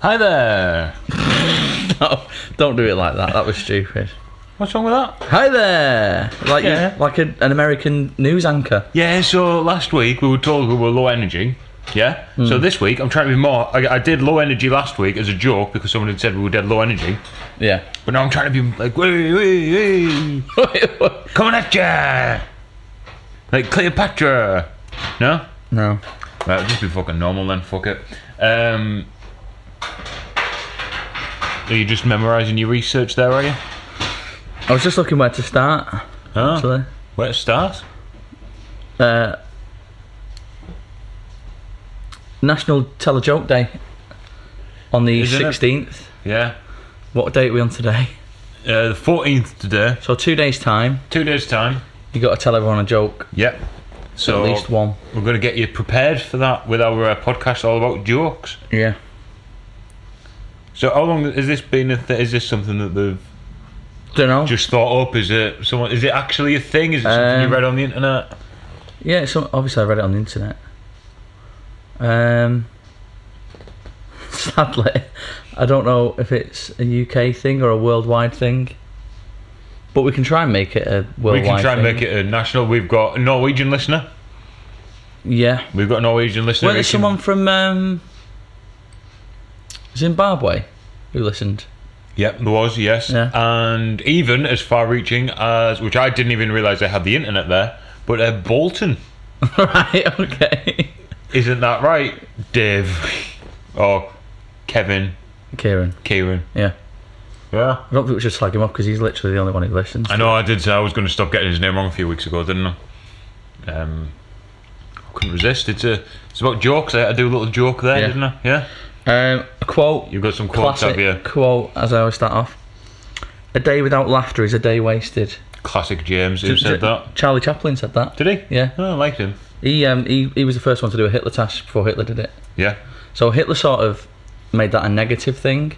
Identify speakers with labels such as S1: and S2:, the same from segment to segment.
S1: Hi there.
S2: Oh, don't do it like that. That was stupid.
S1: What's wrong with that?
S2: Hi there. Like
S1: Yeah.
S2: you, like a, an American news anchor.
S1: Yeah, so last week we were told we were low energy. Yeah. So
S2: Hmm.
S1: this week I'm trying to be more. I, I did low energy last week as a joke because someone had said we were dead low energy.
S2: Yeah.
S1: But now I'm trying to be like, "Wee, wee, wee, coming at ya, like Cleopatra. No,
S2: no.
S1: right, I'll just be fucking normal then. Fuck it. Um, are you just memorising your research there? Are you?
S2: I was just looking where to start.
S1: Huh?
S2: Actually.
S1: Where to start?
S2: Uh, National Tell a Joke Day on the
S1: Isn't it?
S2: sixteenth.
S1: Yeah.
S2: What date are we on today?
S1: Uh, the 14th today,
S2: So two days time.
S1: two days' time.
S2: You got to tell everyone a joke.
S1: Yep. So
S2: At least one.
S1: We're going to get you prepared for that with our uh, podcast all about jokes.
S2: Yeah.
S1: So how long has this been? A th- is this something that they've
S2: Don't know.
S1: just thought up? Is it someone? Is it actually a thing? Is it something
S2: Um,
S1: you read on the internet?
S2: yeah. So obviously I read it on the internet. Um. Sadly, I don't know if it's a UK thing or a worldwide thing. But we can try and make it a
S1: We
S2: worldwide.
S1: can try and
S2: thing.
S1: make it a national. We've got a Norwegian listener.
S2: Yeah.
S1: We've got a Norwegian listener.
S2: Weren't
S1: who
S2: there
S1: can-
S2: someone from um, Zimbabwe who listened?
S1: Yep, there was. Yes,
S2: Yeah.
S1: and even as far-reaching as which I didn't even realise they had the internet there. But uh, Bolton,
S2: right, okay.
S1: isn't that right, Dave? or Kevin,
S2: Kieran,
S1: Kieran?
S2: yeah.
S1: Yeah.
S2: I don't think we should slag him off because he's literally the only one who listens.
S1: I know I did say I was going to stop getting his name wrong a few weeks ago, didn't I? Um, I couldn't resist. It's a, it's about jokes. I had to do a little joke there,
S2: Yeah.
S1: didn't I? Yeah.
S2: Um, a quote.
S1: You've got some quotes,
S2: classic
S1: have you?
S2: quote as I always start off. A day without laughter is a day wasted.
S1: Classic James. Who
S2: J-
S1: said
S2: J-
S1: that?
S2: Charlie Chaplin said that.
S1: Did he?
S2: Yeah.
S1: Oh, I liked him.
S2: He, um, he he was the first one to do a Hitler task before Hitler did it.
S1: Yeah.
S2: So Hitler sort of made that a negative thing,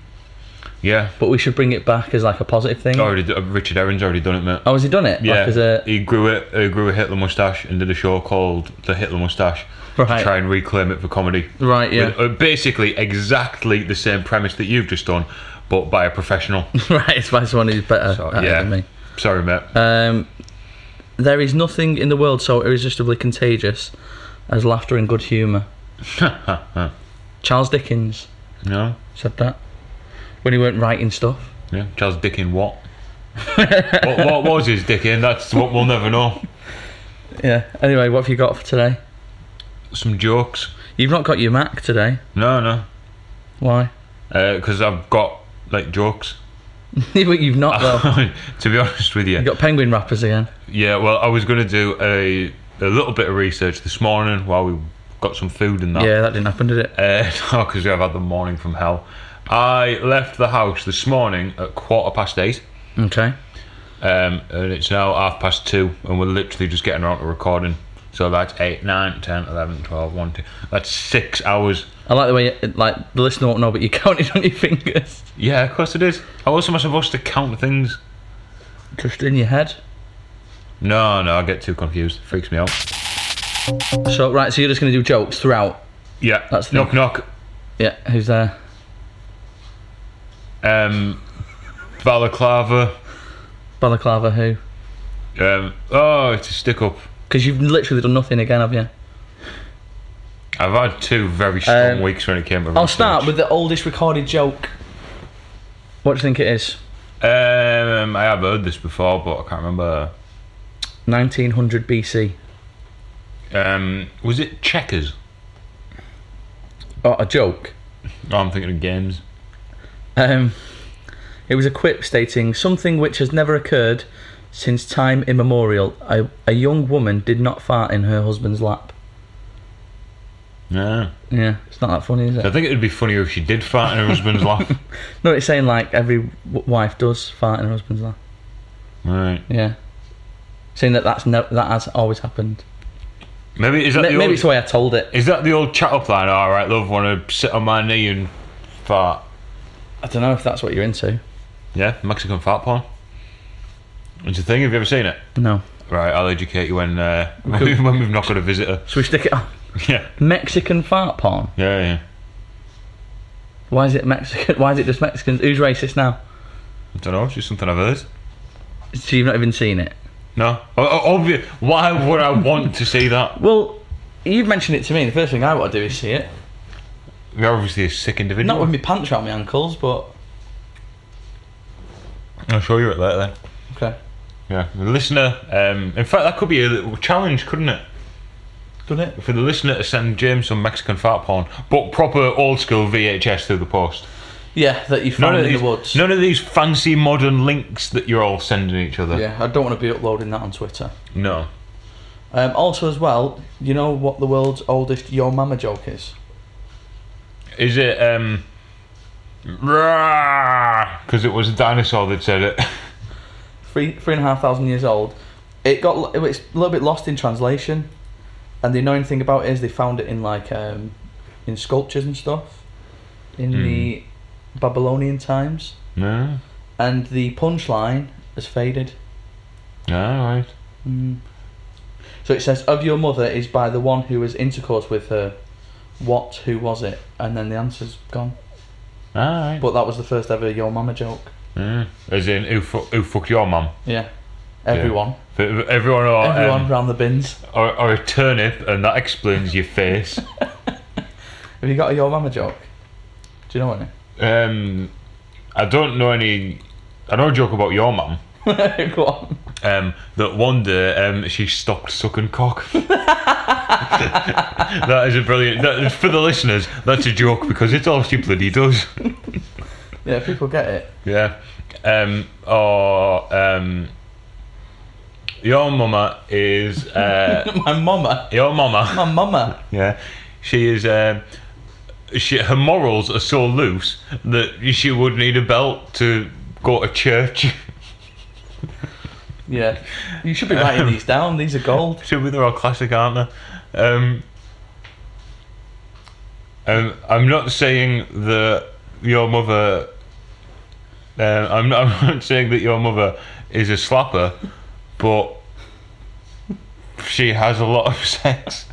S1: Yeah.
S2: but we should bring it back as like a positive thing.
S1: Already, d- uh, Richard Herring's already done it, mate.
S2: Mm. Oh, has he done it? Like
S1: yeah.
S2: as a-
S1: he grew it. He grew a Hitler mustache and did a show called The Hitler Mustache
S2: Right.
S1: to try and reclaim it for comedy.
S2: Right, yeah.
S1: With, uh, basically, exactly the same premise that you've just done, but by a professional.
S2: right, it's by someone who's better
S1: So,
S2: at it
S1: yeah.
S2: than me.
S1: Sorry, mate.
S2: Um, there is nothing in the world so irresistibly contagious as laughter and good humour. Charles Dickens
S1: no.
S2: said that when he weren't writing stuff.
S1: Yeah, Charles Dickin what? what? What was his Dickin? That's what we'll never know.
S2: Yeah. Anyway, what have you got for today?
S1: Some jokes.
S2: You've not got your Mac today.
S1: No, no.
S2: Why?
S1: Because I've got, like, jokes.
S2: You've not though.
S1: to be honest with you.
S2: You've got penguin wrappers again.
S1: yeah, well, I was going to do a, a little bit of research this morning while we got some food and that.
S2: Yeah, that didn't happen, did it?
S1: Uh, no, because I've had the morning from hell. I left the house this morning at quarter past eight.
S2: Okay.
S1: Um, and it's now half past two, and we're literally just getting around to recording. So that's 8, 9, 10, 11, 12, 1, 2. That's six hours.
S2: I like the way, you, like, the listener won't know, but you counted on your fingers.
S1: Yeah, of course it is. How else am I supposed to count things?
S2: Just in your head.
S1: No, no, I get too confused. It freaks me out.
S2: So, right, so you're just going to do jokes throughout.
S1: Yeah,
S2: That's the-
S1: knock, knock.
S2: Yeah, who's there?
S1: Um, balaclava.
S2: Balaclava, who?
S1: Um, oh, it's a stick up.
S2: Because you've literally done nothing again, have you?
S1: I've had two very strong
S2: Um,
S1: weeks when it came to
S2: I'll start with the oldest recorded joke. What do you think it is?
S1: Um, I have heard this before, but I can't remember.
S2: 1900 BC.
S1: Um, was it checkers?
S2: Oh, a joke.
S1: Oh, I'm thinking of games.
S2: Um, it was a quip stating something which has never occurred since time immemorial. A, a young woman did not fart in her husband's lap.
S1: Yeah.
S2: Yeah, it's not that funny, is
S1: I
S2: it?
S1: think it would be funnier if she did fart in her husband's lap.
S2: No, it's saying like every w- wife does fart in her husband's lap.
S1: Right.
S2: Yeah, saying that that's no, that has always happened.
S1: Maybe is that
S2: Ma-
S1: the
S2: Maybe
S1: old,
S2: it's the way I told it.
S1: is that the old chat up line? All right, love, want to sit on my knee and fart.
S2: I don't know if that's what you're into.
S1: Yeah, Mexican fart porn. It's a thing. Have you ever seen it?
S2: No,
S1: Right, I'll educate you when uh, when we- when we've not got a visitor.
S2: should we stick it on
S1: Yeah,
S2: Mexican fart porn?
S1: yeah, yeah.
S2: Why is it Mexican? Why is it just Mexicans? Who's racist now?
S1: I don't know. It's just something I've heard.
S2: So you've not even seen it.
S1: No, o- o- obvi- Why would I want to see that?
S2: Well, you've mentioned it to me. and The first thing I want to do is see it.
S1: You're obviously a sick
S2: Not
S1: individual.
S2: with my pants around my ankles, but
S1: I'll show you it later then.
S2: okay.
S1: Yeah, the listener. Um, in fact, that could be a little challenge, couldn't it?
S2: Done it.
S1: For the listener to send James some Mexican fart porn, but proper old school VHS through the post.
S2: Yeah, that you
S1: None
S2: found
S1: of,
S2: in
S1: these,
S2: the woods.
S1: none of these fancy modern links that you're all sending each other.
S2: Yeah, I don't want to be uploading that on Twitter.
S1: No.
S2: Um, also, as well, you know what the world's oldest yo mama joke is?
S1: Is it um because it was a dinosaur that said it.
S2: Three three and a half thousand years old. It got lo- it's a little bit lost in translation, and the annoying thing about it is they found it in like um, in sculptures and stuff in the Babylonian times,
S1: No.
S2: and the punchline has faded.
S1: No, right.
S2: So it says, "Of your mother is by the one who was intercourse with her." What? Who was it? And then the answer's gone.
S1: Alright.
S2: But that was the first ever Yo Mama joke.
S1: Yeah. As in who fu- who fucked your mum?
S2: Yeah, everyone,
S1: For- Everyone or
S2: everyone
S1: um,
S2: round the bins.
S1: or, or a turnip and that explains your face.
S2: Have you got a Yo Mama joke? Do you know any?
S1: um I don't know any I know a joke about your mum.
S2: Go on.
S1: um, that one day um, she stopped sucking cock. that is a brilliant. That, for the listeners, that's a joke because it's all she bloody does.
S2: Yeah, people get it.
S1: Yeah. Um, or um, your mama is uh,
S2: My mama,
S1: your mama.
S2: my mama.
S1: Yeah. She is. Um, she, her morals are so loose that she would need a belt to go to church.
S2: Yeah, you should be writing these down. These are gold.
S1: Should be they're all classic, aren't they? Um, um, I'm not saying that your mother. Uh, I'm, not, I'm not saying that your mother is a slapper, but she has a lot of sex.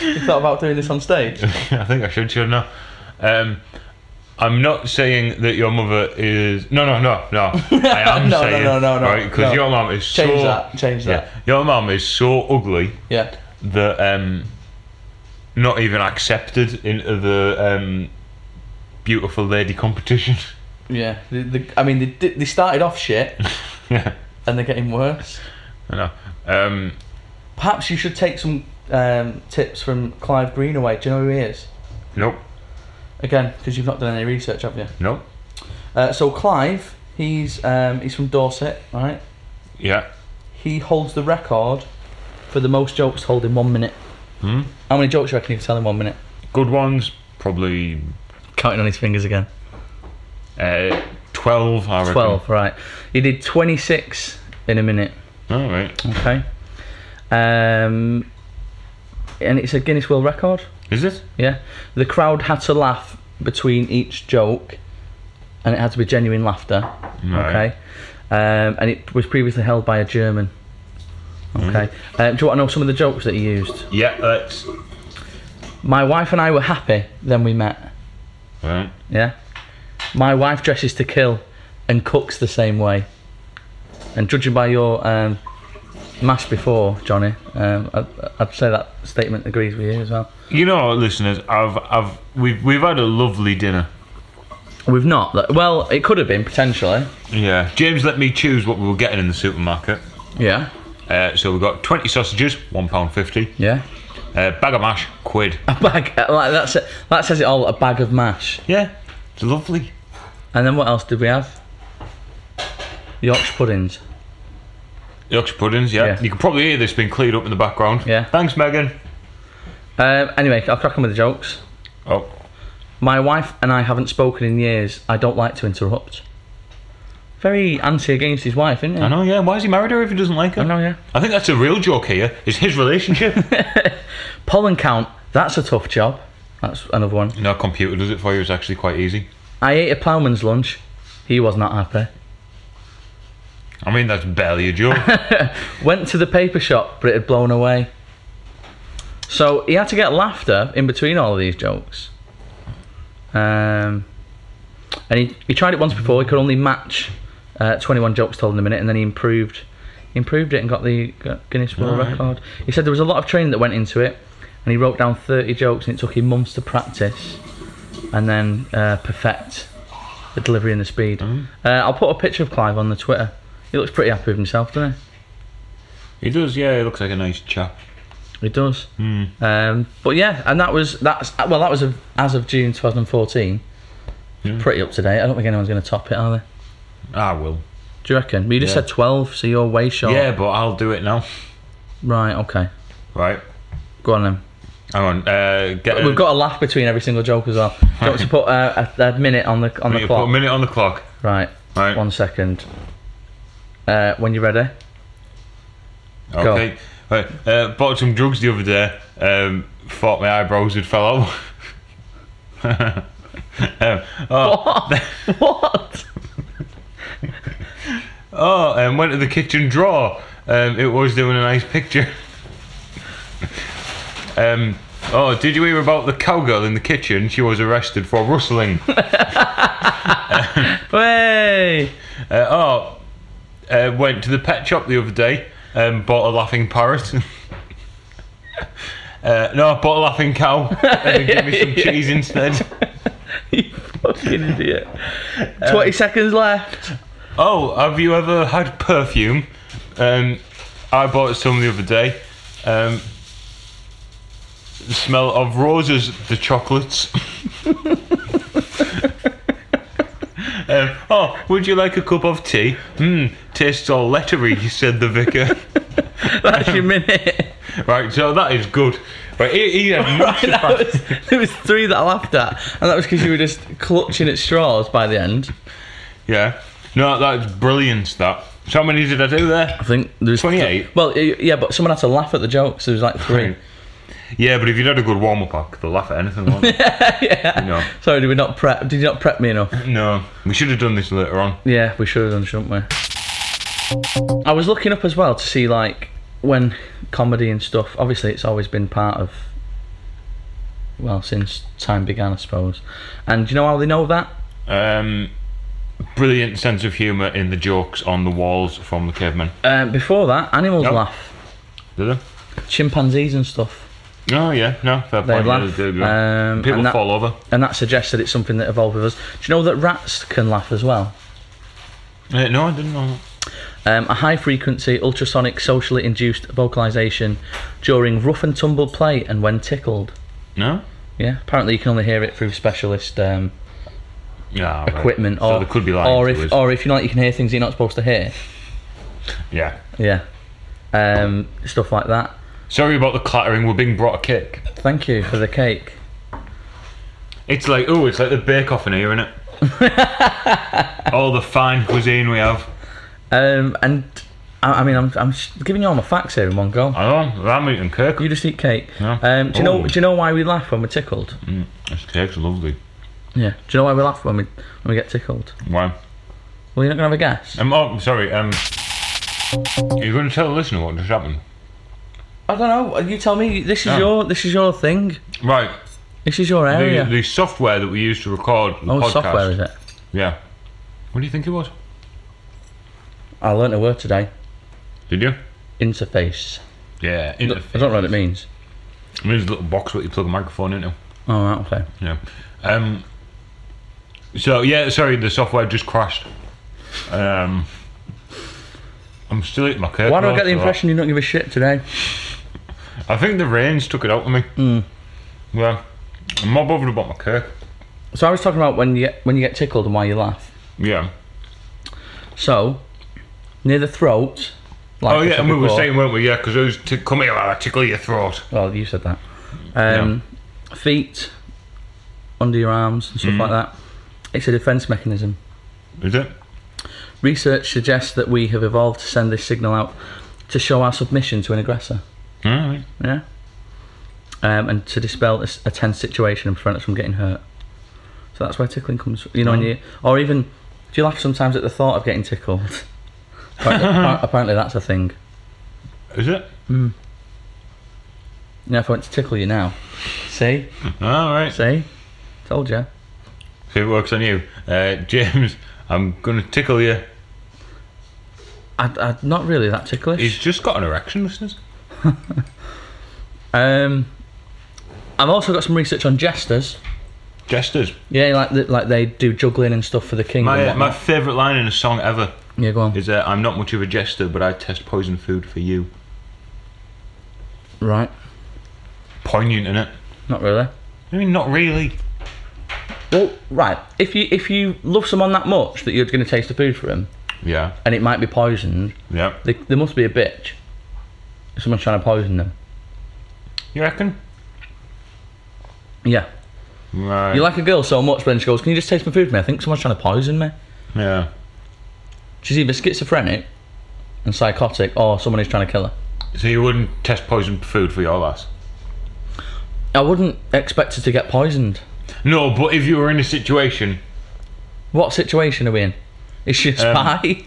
S2: You thought about doing this on stage?
S1: I think I should, shouldn't I? Um, I'm not saying that your mother is. No, no, no, no. I am
S2: No, no,
S1: saying.
S2: no, no, no,
S1: Right, because
S2: no.
S1: your mum is
S2: Change
S1: so.
S2: that, change that.
S1: Yeah, your mum is so ugly.
S2: Yeah.
S1: that um, not even accepted into the um, beautiful lady competition.
S2: Yeah, the, the, I mean, they, did- they started off shit,
S1: yeah,
S2: and they're getting worse.
S1: I know. Um,
S2: Perhaps you should take some um, tips from Clive Greenaway. Do you know who he is?
S1: nope,
S2: Again, because you've not done any research, have you?
S1: nope.
S2: Uh, so Clive, he's um, he's from Dorset, right?
S1: Yeah,
S2: He holds the record for the most jokes told in one minute. How many jokes do you reckon you can tell in one minute?
S1: good ones probably
S2: Counting on his fingers again.
S1: uh, twelve. I reckon.
S2: Twelve, right? He did twenty-six in a minute.
S1: All right.
S2: Okay. Um, and it's a Guinness World Record.
S1: Is it?
S2: Yeah. The crowd had to laugh between each joke, and it had to be genuine laughter.
S1: Right.
S2: Okay. Um, and it was previously held by a German. Okay. Um, do you want to know some of the jokes that he used?
S1: Yeah. That's
S2: My wife and I were happy, then we met.
S1: right.
S2: Yeah. My wife dresses to kill and cooks the same way. And judging by your um, mash before, Johnny, um, I, I'd say that statement agrees with you as well.
S1: You know, listeners, I've, I've, we've, we've had a lovely dinner.
S2: We've not. like- Well, it could have been potentially.
S1: Yeah. James let me choose what we were getting in the supermarket.
S2: Yeah.
S1: Uh, so we got 20 sausages, £1.50.
S2: Yeah.
S1: Uh, bag of mash, quid.
S2: A bag. Like that's it. That says it all. A bag of mash.
S1: Yeah, it's lovely.
S2: And then what else did we have? Yorkshire puddings.
S1: Yorkshire puddings, yeah.
S2: Yeah.
S1: You can probably hear this being cleared up in the background.
S2: Yeah.
S1: Thanks, Megan.
S2: Um, anyway, I'll crack on with the jokes.
S1: Oh,
S2: My wife and I haven't spoken in years. I don't like to interrupt. Very anti against his wife, isn't he?
S1: I know, yeah. Why has he married her if he doesn't like her?
S2: I know, yeah.
S1: I think that's a real joke here. Is his relationship?
S2: Pollen count. That's a tough job. That's another one.
S1: no, computer does it for you. It's actually quite easy.
S2: I ate a ploughman's lunch. He was not happy.
S1: I mean, that's barely a joke.
S2: Went to the paper shop, but it had blown away. So he had to get laughter in between all of these jokes. Um, and he, he tried it once before. He could only match uh, 21 jokes told in a minute, and then he improved improved it and got the Gu- Guinness World
S1: Right.
S2: Record. He said there was a lot of training that went into it, and he wrote down 30 jokes, and it took him months to practice and then uh, perfect the delivery and the speed. Uh, I'll put a picture of Clive on the Twitter. He looks pretty happy with himself, doesn't he?
S1: he does, yeah. He looks like a nice chap.
S2: It does.
S1: Hmm.
S2: Um, but yeah, and that was that's well, that was of as of June 2014. Pretty up to date. I don't think anyone's going to top it, are they?
S1: I will.
S2: Do you reckon? You just
S1: Yeah.
S2: said 12, so you're way short.
S1: Yeah, but I'll do it now.
S2: Right. Okay.
S1: Right.
S2: Go on then.
S1: Hang on. Uh, get
S2: We've got a laugh between every single joke as well. Do you want to put uh, a, a minute on the on
S1: Put
S2: the
S1: a
S2: clock?
S1: minute on the clock.
S2: Right.
S1: Right.
S2: One second. Uh, when you're ready. Go.
S1: Okay. Right. Uh, bought some drugs the other day. Um, thought my eyebrows had fell out. um, oh,
S2: what?
S1: oh, um, went to the kitchen drawer. Um, it was doing a nice picture. um, oh, did you hear about the cowgirl in the kitchen? She was arrested for rustling.
S2: Way.
S1: Uh, oh, uh, went to the pet shop the other day and bought a laughing parrot. uh, no, I bought a laughing cow and they gave me some cheese instead.
S2: you fucking idiot.
S1: Um,
S2: 20 seconds left.
S1: Oh, have you ever had perfume? Um, I bought some the other day. Um, the smell of roses, the chocolates. um, oh, would you like a cup of tea? Hmm, tastes all lettery, said the vicar.
S2: That's your minute.
S1: Right, so that is good. Right, he, he had
S2: Right,
S1: massive
S2: that was, there was three that I laughed at, and that was because you were just clutching at straws by the end.
S1: Yeah. No, that's brilliant, that. So how many did I do there?
S2: I think there was
S1: 28?
S2: well, y- yeah, but someone had to laugh at the jokes. So there was like three.
S1: Yeah, but if you'd had a good warm-up, I could laugh at anything, won't you? yeah. You know.
S2: Sorry, did we not prep? Did you not prep me enough?
S1: No, we should have done this later on.
S2: Yeah, we should have done, shouldn't we? I was looking up as well to see like when comedy and stuff. Obviously, it's always been part of. Well, since time began, I suppose. And do you know how they know that?
S1: Um, brilliant sense of humour in the jokes on the walls from the cavemen.
S2: Um, before that, animals
S1: Yep.
S2: laugh.
S1: Did
S2: Chimpanzees and stuff.
S1: they? Oh yeah, no, fair
S2: They
S1: point.
S2: laugh,
S1: Yeah, they do.
S2: um,
S1: People
S2: and that-
S1: fall over.
S2: and that suggests that it's something that evolved with us. Do you know that rats can laugh as well?
S1: Uh, no, I didn't know. that.
S2: Um, a high frequency, ultrasonic, socially induced vocalisation during rough and tumble play and when tickled.
S1: No.
S2: Yeah, apparently you can only hear it through specialist um,
S1: Yeah. right.
S2: equipment,
S1: So
S2: or
S1: they could be lying
S2: or
S1: to
S2: if
S1: us.
S2: or if you like, you can hear things that you're not supposed to hear.
S1: yeah.
S2: Yeah, um, stuff like that.
S1: Sorry about the clattering. We're being brought a cake.
S2: Thank you for the cake.
S1: It's like oh, it's like the bake off in here, isn't it? All the fine cuisine we have.
S2: Um, and I, I mean, I'm I'm s- giving you all my facts here in one go.
S1: I know. Ram meat and cake.
S2: You just eat cake.
S1: Yeah.
S2: Um, do you know?
S1: Ooh.
S2: Do you know why we laugh when we're tickled?
S1: This cake's lovely.
S2: Yeah. Do you know why we laugh when we when we get tickled?
S1: Wow.
S2: Well, you're not gonna have a guess.
S1: Um, oh, sorry. Um, you're going to tell the listener what just happened,
S2: I don't know. You tell me. This is
S1: No.
S2: your this is your thing.
S1: right?
S2: This is your
S1: The,
S2: area.
S1: the software that we use to record the
S2: oh,
S1: podcast.
S2: software is it?
S1: Yeah. What do you think it was?
S2: I learnt a word today.
S1: Did you?
S2: Interface.
S1: Yeah.
S2: I
S1: Interface.
S2: don't know what it means.
S1: I mean, it's a little box that you plug a microphone into.
S2: Oh, right, okay.
S1: Yeah. Um. So yeah, sorry, the software just crashed. Um. I'm still eating my cake.
S2: Why do I
S1: though,
S2: get the
S1: so-
S2: impression you don't give a shit today? Hmm.
S1: I think the rains took it out of me. Yeah. I'm more bothered about my cake.
S2: So I was talking about when you get, when you get tickled and why you laugh.
S1: Yeah.
S2: So near the throat. Like
S1: oh,
S2: I
S1: yeah,
S2: said
S1: and we were
S2: before-
S1: saying, weren't we? Yeah, because it was to come here, I'll tickle your throat.
S2: Well, you said that. Um, Feet under your arms and stuff
S1: Mm.
S2: like that. It's a defense mechanism.
S1: Is it?
S2: Research suggests that we have evolved to send this signal out to show our submission to an aggressor.
S1: Alright.
S2: Yeah. Um, and to dispel a, s- a tense situation and prevent us from getting hurt. So that's where tickling comes from. You know,
S1: Mm.
S2: and you, or even do you laugh sometimes at the thought of getting tickled? apparently, appar- apparently that's a thing.
S1: Is it?
S2: You know, if I went to tickle you now, see,
S1: Alright.
S2: see, told you.
S1: See if it works on you. Uh, James, I'm going to tickle you.
S2: I, I, not really that ticklish.
S1: He's just got an erection, listeners.
S2: Um, I've also got some research on jesters.
S1: Jesters.
S2: Yeah, like the, like they do juggling and stuff for the king. and
S1: My, uh, my
S2: whatnot.
S1: favourite line in a song ever
S2: yeah, go on.
S1: is uh, I'm not much of a jester, but I test poison food for you.
S2: Right,
S1: Poignant, innit?
S2: not really.
S1: I mean, not really.
S2: Well, right. If you if you love someone that much that you're going to taste the food for him,
S1: Yeah.
S2: and it might be poisoned,
S1: Yeah.
S2: they, they must be a bitch. If someone's trying to poison them.
S1: You reckon?
S2: Yeah.
S1: Right.
S2: You like a girl so much, but then she goes, "Can you just taste my food for me? I think someone's trying to poison me."
S1: Yeah.
S2: She's either schizophrenic and psychotic, or someone is trying to kill her.
S1: So you wouldn't test poison food for your lass?
S2: I wouldn't expect her to get poisoned.
S1: No, but if you were in a situation,
S2: What situation are we in? Is she a spy?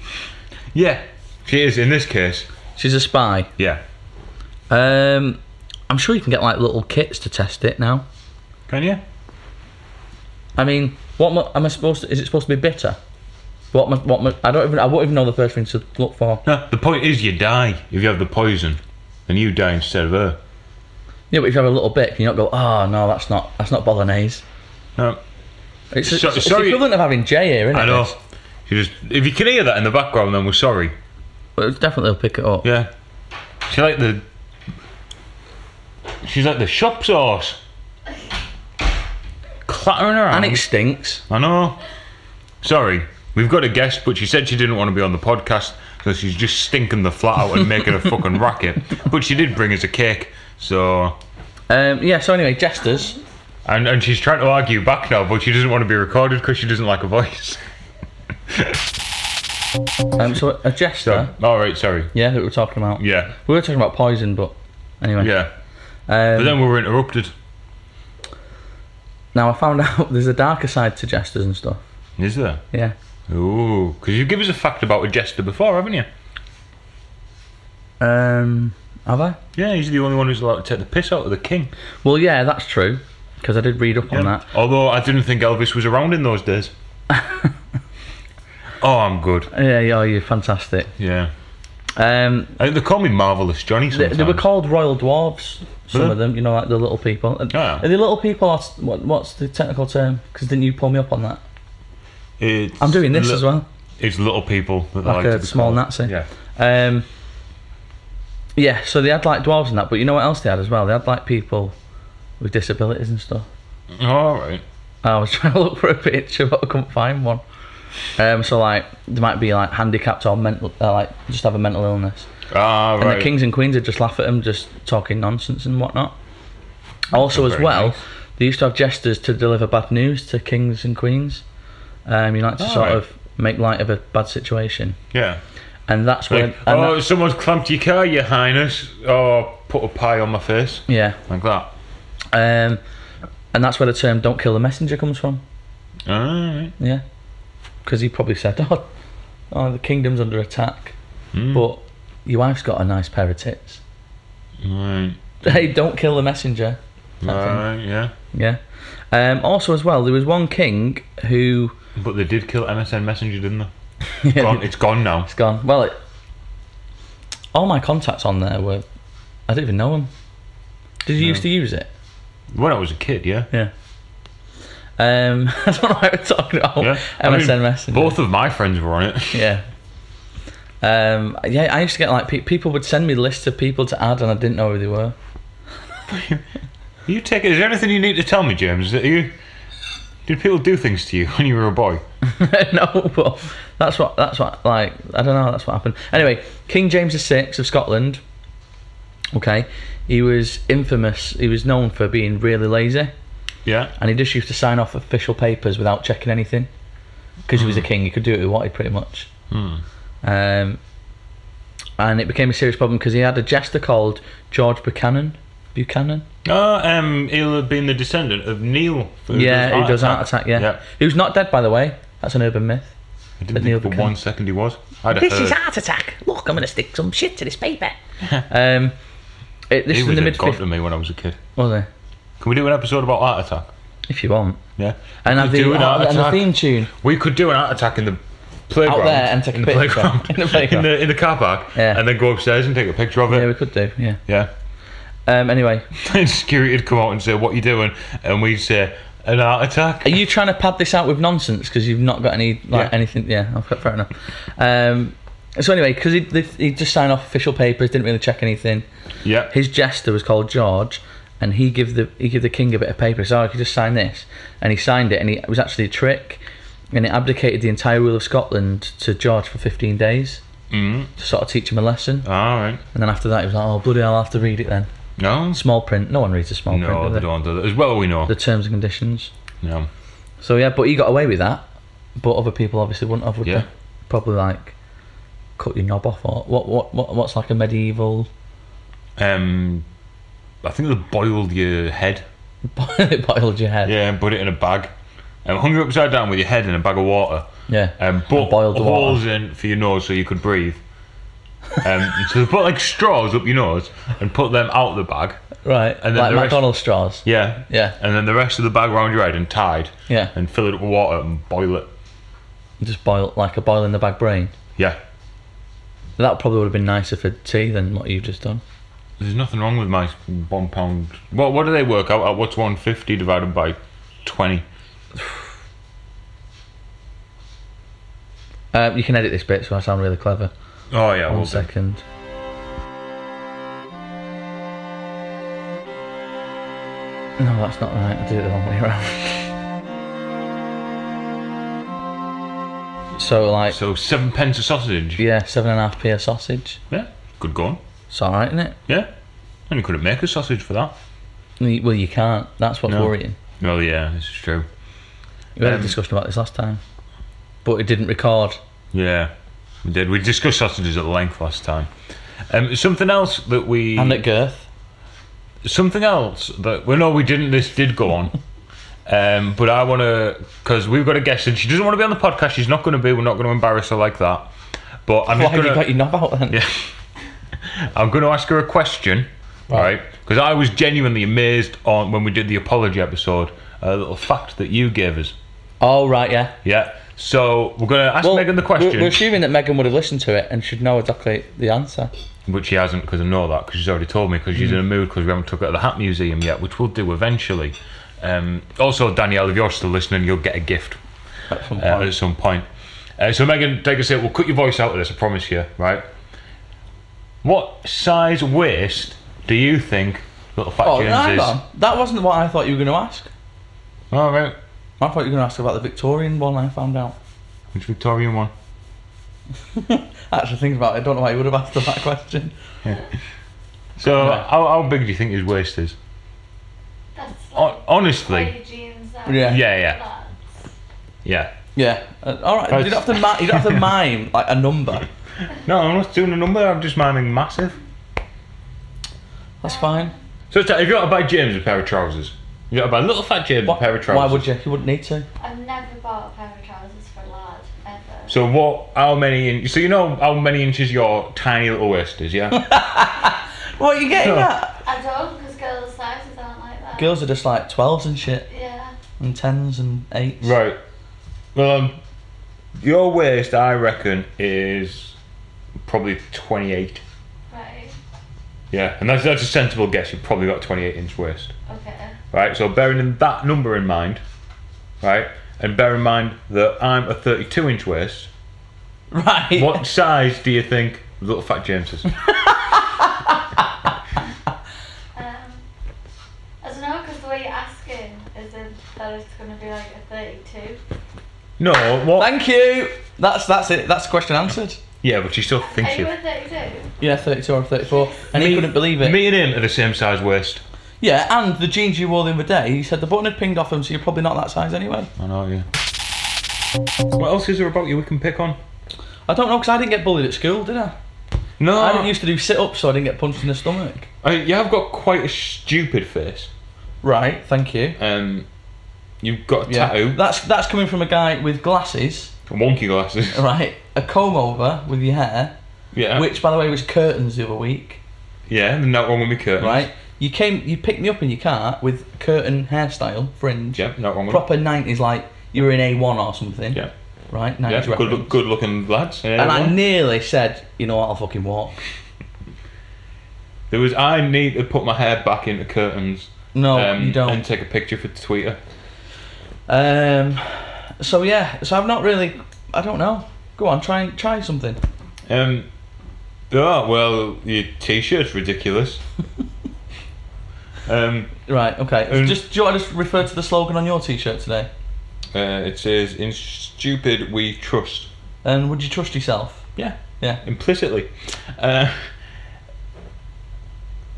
S1: yeah, she is in this case.
S2: She's a spy.
S1: Yeah.
S2: Um, I'm sure you can get like little kits to test it now.
S1: Can you?
S2: I mean, what am I, am I supposed to? Is it supposed to be bitter? What am I, what am I, I don't even I won't even know the first thing to look for.
S1: No. The point is, you die if you have the poison, and you die instead of her.
S2: Yeah, but if you have a little bit, can you not go? Oh no, that's not that's not bolognese.
S1: No.
S2: It's,
S1: So-
S2: it's,
S1: sorry.
S2: the equivalent of having J here, isn't it?
S1: I know. She just. If you can hear that in the background, then we're sorry.
S2: But it's definitely will pick it up.
S1: Yeah. She like the. She's like the shop sauce. Clattering around.
S2: And it stinks.
S1: I know. Sorry, we've got a guest, but she said she didn't want to be on the podcast, so she's just stinking the flat out and making a fucking racket. But she did bring us a cake, so.
S2: Um, yeah. So anyway, jesters.
S1: And, and she's trying to argue back now, but she doesn't want to be recorded because she doesn't like her voice.
S2: Um, so a jester.
S1: So, alright, Oh, sorry.
S2: Yeah, that we were talking about.
S1: Yeah.
S2: We were talking about poison, but anyway.
S1: Yeah.
S2: Um,
S1: But then we were interrupted.
S2: Now I found out there's a darker side to jesters and stuff.
S1: Is there?
S2: Yeah.
S1: Ooh, because you give us a fact about a jester before, haven't you?
S2: Um, have I?
S1: Yeah, he's the only one who's allowed to take the piss out of the king.
S2: Well, yeah, that's true. Because I did read up on that.
S1: Although I didn't think Elvis was around in those days. oh, I'm good.
S2: Yeah, yeah, you're fantastic.
S1: Yeah.
S2: Um,
S1: I think they call me Marvelous Johnny
S2: they,
S1: sometimes.
S2: they were called royal dwarves. Some
S1: Really?
S2: of them, you know, like the little people. And-
S1: Hmm. Oh, yeah.
S2: Are the little people? Are, what, what's the technical term? Because didn't you pull me up on that?
S1: It's
S2: I'm doing this
S1: li-
S2: as well.
S1: It's little people that they
S2: Like
S1: like, to
S2: a
S1: be
S2: small
S1: called.
S2: Nazi.
S1: Yeah.
S2: Um, yeah. So they had like dwarves and that, but you know what else they had as well? They had like people with disabilities and stuff.
S1: All right.
S2: I was trying to look for a picture, but I couldn't find one. Um, so like, they might be like handicapped or mental, uh, like just have a mental illness.
S1: Ah,
S2: And
S1: right.
S2: the kings and queens would just laugh at him, just talking nonsense and whatnot. Also, as
S1: very
S2: well,
S1: nice.
S2: they used to have jesters to deliver bad news to kings and queens. Um, you like to sort
S1: Alright.
S2: of make light of a bad situation,
S1: yeah.
S2: and that's where.
S1: Like,
S2: and
S1: oh,
S2: that-
S1: someone's clamped your car, your highness. Oh, put a pie on my face.
S2: yeah,
S1: Like that.
S2: um, and that's where the term "don't kill the messenger" comes from.
S1: All right.
S2: Yeah, because he probably said, "Oh, oh the kingdom's under attack,"
S1: Hmm.
S2: but your wife's got a nice pair of tits.
S1: Right.
S2: Hey, don't kill the messenger.
S1: All right, yeah.
S2: Yeah. Um, also, as well, there was one king who
S1: But they did kill MSN Messenger, didn't they? Gone, it's gone now.
S2: it's gone. Well, it, all my contacts on there were. I don't even know them. Did you used to use it?
S1: When I was a kid, yeah.
S2: Yeah. Um, I don't know what we're talking about.
S1: Yeah. I mean,
S2: MSN Messenger.
S1: Both of my friends were on it.
S2: Yeah. Um, yeah, I used to get like pe- people would send me lists of people to add, and I didn't know who they were.
S1: You take it. Is there anything you need to tell me, James? Are you? Did people do things to you when you were a boy?
S2: no, but that's what that's what like I don't know. That's what happened. Anyway, King James VI of Scotland. Okay, he was infamous. He was known for being really lazy,
S1: Yeah.
S2: and he just used to sign off official papers without checking anything, because he was a king. He could do what he wanted, pretty much. Um, and it became a serious problem because he had a jester called George Buchanan. Buchanan.
S1: Oh, um, he'll have been the descendant of Neil. Who
S2: yeah, who does heart attack. Yeah.
S1: yeah.
S2: who's not dead, by the way. That's an urban myth.
S1: I
S2: But
S1: didn't
S2: Neil
S1: think for
S2: became-
S1: one second he was. I'd have
S2: This
S1: heard.
S2: is heart attack. Look, I'm going to stick some shit to this paper. um, it, this
S1: he
S2: is
S1: was
S2: in the
S1: a
S2: mid
S1: god to
S2: 50s,
S1: me when I was a kid.
S2: was it?
S1: Can we do an episode about heart attack?
S2: If you want.
S1: Yeah.
S2: And
S1: we
S2: have
S1: could do
S2: the,
S1: an heart
S2: and the
S1: attack.
S2: theme tune.
S1: We could do an heart attack in the playground.
S2: there and take a
S1: in the
S2: picture.
S1: Playground,
S2: In the playground.
S1: In the, in the car park.
S2: Yeah.
S1: And then go upstairs and take a picture of
S2: Yeah, we
S1: it.
S2: could do. Yeah.
S1: Yeah.
S2: Um, anyway,
S1: And security would come out and say, What you doing? And we'd say, An heart attack.
S2: are you trying to pad this out with nonsense because you've not got any
S1: Yeah.
S2: like anything? Yeah, I've got fair enough. Um, so anyway, because he he just signed off official papers, didn't really check anything.
S1: Yeah.
S2: his jester was called George, and he give the he give the king a bit of paper. He said, "Oh, I could just sign this," and he signed it, and he, it was actually a trick, and it abdicated the entire rule of Scotland to George for fifteen days
S1: Mm.
S2: to sort of teach him a lesson.
S1: All right.
S2: And then after that, he was like, "Oh bloody hell, I'll have to read it then."
S1: No.
S2: Small print. No one reads the small print.
S1: No,
S2: do
S1: they don't do that. As well, we know.
S2: The terms and conditions.
S1: No.
S2: So yeah, but he got away with that, but other people obviously wouldn't have. Would
S1: Yeah.
S2: they? Probably like cut your knob off or what? What? what what's like a medieval?
S1: Um, I think they boiled your head.
S2: boiled your head.
S1: Yeah, and put it in a bag. And hung you upside down with your head in a bag of water.
S2: Yeah.
S1: Um, but
S2: And boiled the water.
S1: holes in for your nose so you could breathe. Um, so they put like straws up your nose and put them out the bag.
S2: Right.
S1: And then
S2: like
S1: the rest-
S2: McDonald's straws.
S1: Yeah.
S2: Yeah.
S1: And then the rest of the bag round your head and tied.
S2: Yeah.
S1: And fill it up with water and boil it.
S2: Just boil like a boil in the bag brain.
S1: Yeah.
S2: That probably would have been nicer for tea than what you've just done.
S1: There's nothing wrong with my one pound. What what do they work out at? What's one fifty divided by twenty?
S2: Uh, you can edit this bit, so I sound really clever.
S1: Oh yeah,
S2: One
S1: we'll do.
S2: second. No, that's not right. I did it the wrong way around. so like,
S1: So seven pence a sausage.
S2: yeah, seven and a half p a sausage.
S1: Yeah. Good going.
S2: It's all right, isn't it?
S1: Yeah. And you couldn't make a sausage for that.
S2: You- Well, you can't. That's what's
S1: No.
S2: worrying.
S1: Well, yeah, this is true.
S2: We had a
S1: Um,
S2: discussion about this last time, but it didn't record.
S1: Yeah, we did. We discussed sausages at length last time. Um, something else that we
S2: And at girth.
S1: something else that well, no, we didn't. This did go on. Um, but I want to because we've got a guest and she doesn't want to be on the podcast. She's not going to be. We're not going to embarrass her like that. But I'm
S2: Why
S1: just
S2: have you
S1: gonna,
S2: got your knob out then?
S1: I'm going to ask her a question,
S2: Right.
S1: right? Because I was genuinely amazed on when we did the apology episode. A little fact that you gave us.
S2: Oh right, yeah.
S1: Yeah. So we're going to ask
S2: Well,
S1: Megan the
S2: we're-
S1: question.
S2: We're, assuming that Megan would have listened to it and should know exactly the answer.
S1: which she hasn't because I know that because she's already told me because she's
S2: Mm.
S1: in a mood because we haven't took her to the Hat Museum yet, which we'll do eventually. Um, also, Danielle, if you're still listening, you'll get a gift
S2: some
S1: uh, at some point. Uh, so, Megan, take a seat. We'll cut your voice out of this, I promise you, right? What size waist do you think little fat
S2: Oh,
S1: James
S2: hang
S1: is?
S2: on. That wasn't what I thought you were going to ask.
S1: All right.
S2: I thought you were going to ask about the Victorian one. I found out.
S1: Which Victorian one?
S2: Actually, thinking about it, I don't know why you would have asked her that question.
S1: So, how, how big do you think his waist is?
S3: That's like
S1: Hon honestly,
S3: baggy jeans. um, that-
S2: Yeah.
S1: yeah, yeah, yeah.
S2: Yeah. Uh, all right. You don't have to. Mi- you don't have to mime like a number.
S1: No, I'm not doing a number. I'm just miming massive.
S2: That's fine.
S1: So it's like, if you got to buy James a pair of trousers, you got to buy little fat James a pair of trousers.
S2: Why would you? You wouldn't need to.
S3: I've never bought a pair of trousers for lad ever.
S1: So what? How many? In, so you know how many inches your tiny little waist is, yeah?
S2: What are you getting
S1: No.
S2: at?
S3: I don't, because girls' sizes aren't like that.
S2: Girls are just like twelves and shit,
S3: Yeah.
S2: and tens and eights.
S1: right. Well, um, your waist, I reckon, is probably 28.
S3: Right.
S1: Yeah, and that's that's a sensible guess. You've probably got 28 inch waist,
S3: Okay.
S1: right? So bearing in that number in mind, right, and bear in mind that I'm a 32 inch waist.
S2: Right.
S1: What size do you think little fat James is?
S3: Um, I don't know, so what you're asking is that that it's going to be like a 32.
S1: No, what?
S2: Thank you. That's that's it. That's the question answered.
S1: yeah, but she still thinks
S3: Are
S1: you.
S3: you a 32?
S2: Yeah, 32 or 34. And he couldn't believe it.
S1: Me and him are the same size waist.
S2: Yeah, and the jeans you wore the other day, he said the button had pinged off him, so you're probably not that size anyway.
S1: I know you. What else is there about you we can pick on?
S2: I don't know, because I didn't get bullied at school, did I?
S1: No,
S2: I didn't used to do sit ups, so I didn't get punched in the stomach.
S1: I mean, you have got quite a stupid face.
S2: Right, thank you.
S1: Um, you've got a
S2: Yeah.
S1: tattoo,
S2: That's, that's coming from a guy with glasses,
S1: wonky glasses.
S2: right? A comb over with your hair,
S1: Yeah.
S2: which, by the way, was curtains the other week,
S1: Yeah, and that one with me curtains.
S2: right? You came, you picked me up in your car with curtain hairstyle, fringe,
S1: Yeah, that one with.
S2: proper 90s, like you were in A1 or something,
S1: Yeah.
S2: right? 90s
S1: Yeah,
S2: reference.
S1: good, look, good looking lads. Yeah,
S2: And I
S1: everyone.
S2: nearly said, you know what, I'll fucking walk.
S1: there was I need to put my hair back into curtains. um,
S2: No, you
S1: And
S2: don't.
S1: take a picture for Twitter.
S2: Um, so yeah, so I've not really. I don't know. Go on, try and try something.
S1: Um, oh well, your t-shirt's ridiculous. um,
S2: Right, okay.
S1: Um,
S2: just do you want to just refer to the slogan on your T-shirt today?
S1: uh, it says, "In stupid we trust."
S2: And would you trust yourself?
S1: Yeah.
S2: Yeah.
S1: implicitly. Uh,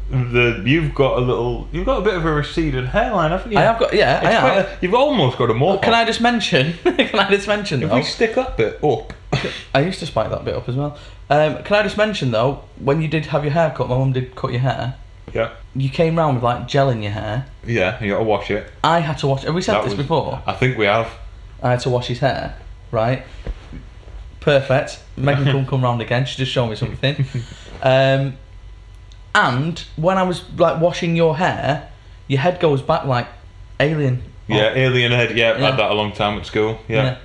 S1: the you've got a little, you've got a bit of a receded hairline, haven't you?
S2: I have got. Yeah,
S1: It's
S2: I
S1: quite
S2: have.
S1: a- you've almost got a mohawk.
S2: Can I just mention? can I just mention
S1: If
S2: though?
S1: we stick that bit up,
S2: I used to spike that bit up as well. Um, can I just mention though? When you did have your hair cut, my mum did cut your hair.
S1: yeah,
S2: You came round with like gel in your hair.
S1: yeah, you got to wash it.
S2: I had to wash. Have we said
S1: That
S2: this
S1: was-
S2: before?
S1: I think we have.
S2: I had to wash his hair, right? Perfect. Megan couldn't come round again. She just showed me something. Um, and when I was like washing your hair, your head goes back like alien.
S1: Yeah, alien head. Yeah,
S2: Oh. Yeah.
S1: had that a long time at school.
S2: Yeah.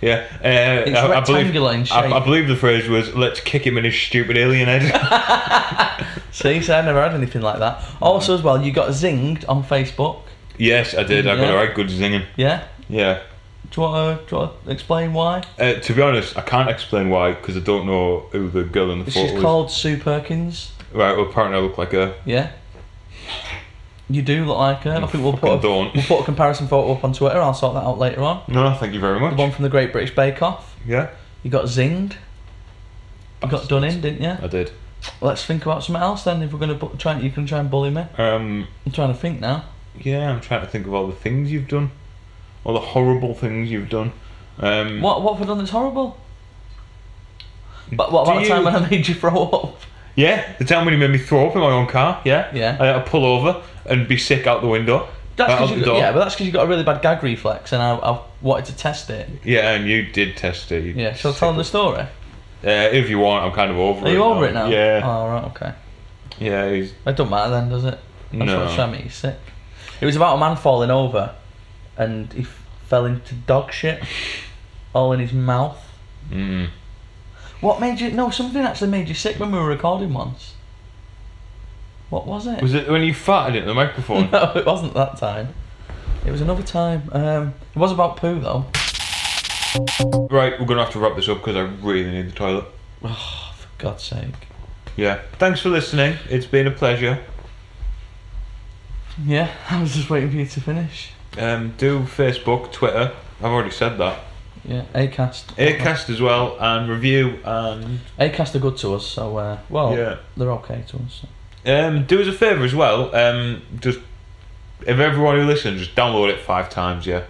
S1: Yeah, yeah. Uh,
S2: It's
S1: I, I
S2: rectangular in
S1: believe, I, I
S2: shape.
S1: believe the phrase was "Let's kick him in his stupid alien head."
S2: See, so I never had anything like that. Also, as well, you got zinged on Facebook.
S1: yes, I did. I got
S2: Yeah.
S1: a right good zinging.
S2: Yeah.
S1: Yeah.
S2: Do you want to, do you want to explain why?
S1: Uh, to be honest, I can't explain why because I don't know who the girl in the
S2: She's
S1: photo is.
S2: called Sue Perkins.
S1: Right, well, apparently I look like a.
S2: Yeah. You do look like her. I think we'll put
S1: fucking
S2: a,
S1: don't.
S2: we'll put a comparison photo up on Twitter. I'll sort that out later on.
S1: No, no, thank you very much.
S2: The one from the Great British Bake Off.
S1: Yeah,
S2: You got zinged. You got done in, didn't you?
S1: I did.
S2: Let's think about something else then. If we're gonna bu- try, you can try and bully me.
S1: Um,
S2: I'm trying to think now.
S1: yeah, I'm trying to think of all the things you've done, all the horrible things you've done. Um,
S2: What what have I done that's horrible? But
S1: Mm.
S2: what
S1: Do
S2: about the time
S1: you-
S2: when I made you throw up?
S1: Yeah, the time when you made me throw up in my own car. Yeah,
S2: Yeah.
S1: I had to pull over and be sick out the window.
S2: That's
S1: out
S2: 'cause
S1: the
S2: you got,
S1: door.
S2: yeah, but that's because you got a really bad gag reflex, and I, I wanted to test it.
S1: Yeah, and you did test it. you
S2: Yeah, shall I tell them the
S1: sick-
S2: story?
S1: Uh, if you want, I'm kind of over
S2: Are
S1: it.
S2: you over it now?
S1: Yeah,
S2: Oh right, okay.
S1: yeah. He's,
S2: It don't matter then, does it? I just
S1: No.
S2: want to try and make you sick. It was about a man falling over, and he f- fell into dog shit, all in his mouth.
S1: mm.
S2: What made you? No, something actually made you sick when we were recording once. What was it?
S1: Was it when you farted into the microphone?
S2: no, it wasn't that time. It was another time. Um, it was about poo though.
S1: right, we're gonna have to wrap this up because I really need the toilet.
S2: For God's sake.
S1: Yeah. Thanks for listening. It's been a pleasure.
S2: Yeah, I was just waiting for you to finish.
S1: Um, do Facebook, Twitter. I've already said that.
S2: Yeah, Acast.
S1: Aircast as well, and review, and
S2: Acast are good to us, so uh, well,
S1: Yeah.
S2: they're okay to us. so.
S1: um, do us a favour as well. Um, just if everyone who listens, just download it five times. Yeah,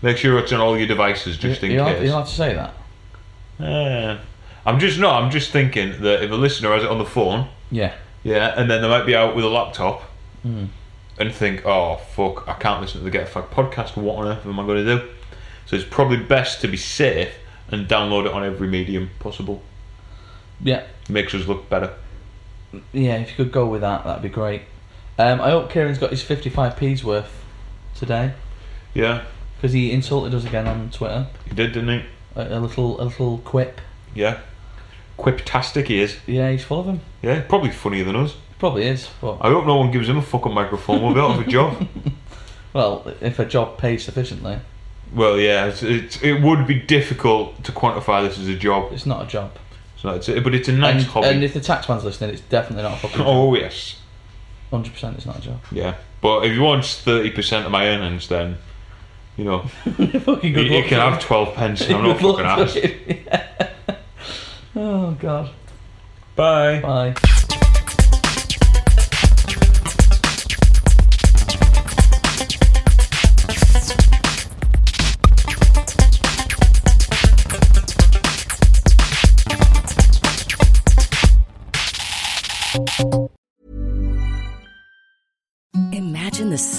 S1: make sure it's on all your devices, just in
S2: you, Have,
S1: case.
S2: you have to say that.
S1: Yeah. I'm just no. I'm just thinking that if a listener has it on the phone,
S2: Yeah.
S1: yeah, and then they might be out with a laptop.
S2: Hmm.
S1: And think, oh fuck! I can't listen to the Get a Fuck podcast. What on earth am I going to do? So it's probably best to be safe and download it on every medium possible.
S2: Yeah.
S1: makes us look better.
S2: Yeah. If you could go with that, that'd be great. Um, I hope Kieran's got his fifty-five p's worth today
S1: Yeah,
S2: because he insulted us again on Twitter.
S1: he did, didn't
S2: A, a little, a little quip.
S1: he? Yeah. Quiptastic he is.
S2: Yeah, he's full of them.
S1: Yeah, probably funnier than us.
S2: Probably is, but
S1: I hope no one gives him a fucking microphone. We'll be out of a job.
S2: well, if a job pays sufficiently,
S1: Well, yeah, it's, it's, it would be difficult to quantify this as a job.
S2: it's not a job.
S1: So it's, but it's a nice
S2: and,
S1: hobby.
S2: and if the taxman's listening, it's definitely not a fucking job.
S1: oh, yes.
S2: Hundred percent, it's not a job.
S1: Yeah. But if he wants thirty percent of my earnings, then you know
S2: fucking
S1: you,
S2: good
S1: you
S2: luck
S1: can
S2: to
S1: have twelve pence. And I'm
S2: him.
S1: not fucking
S2: Good luck
S1: asked.
S2: to him. oh god.
S1: Bye.
S2: Bye.
S4: Imagine the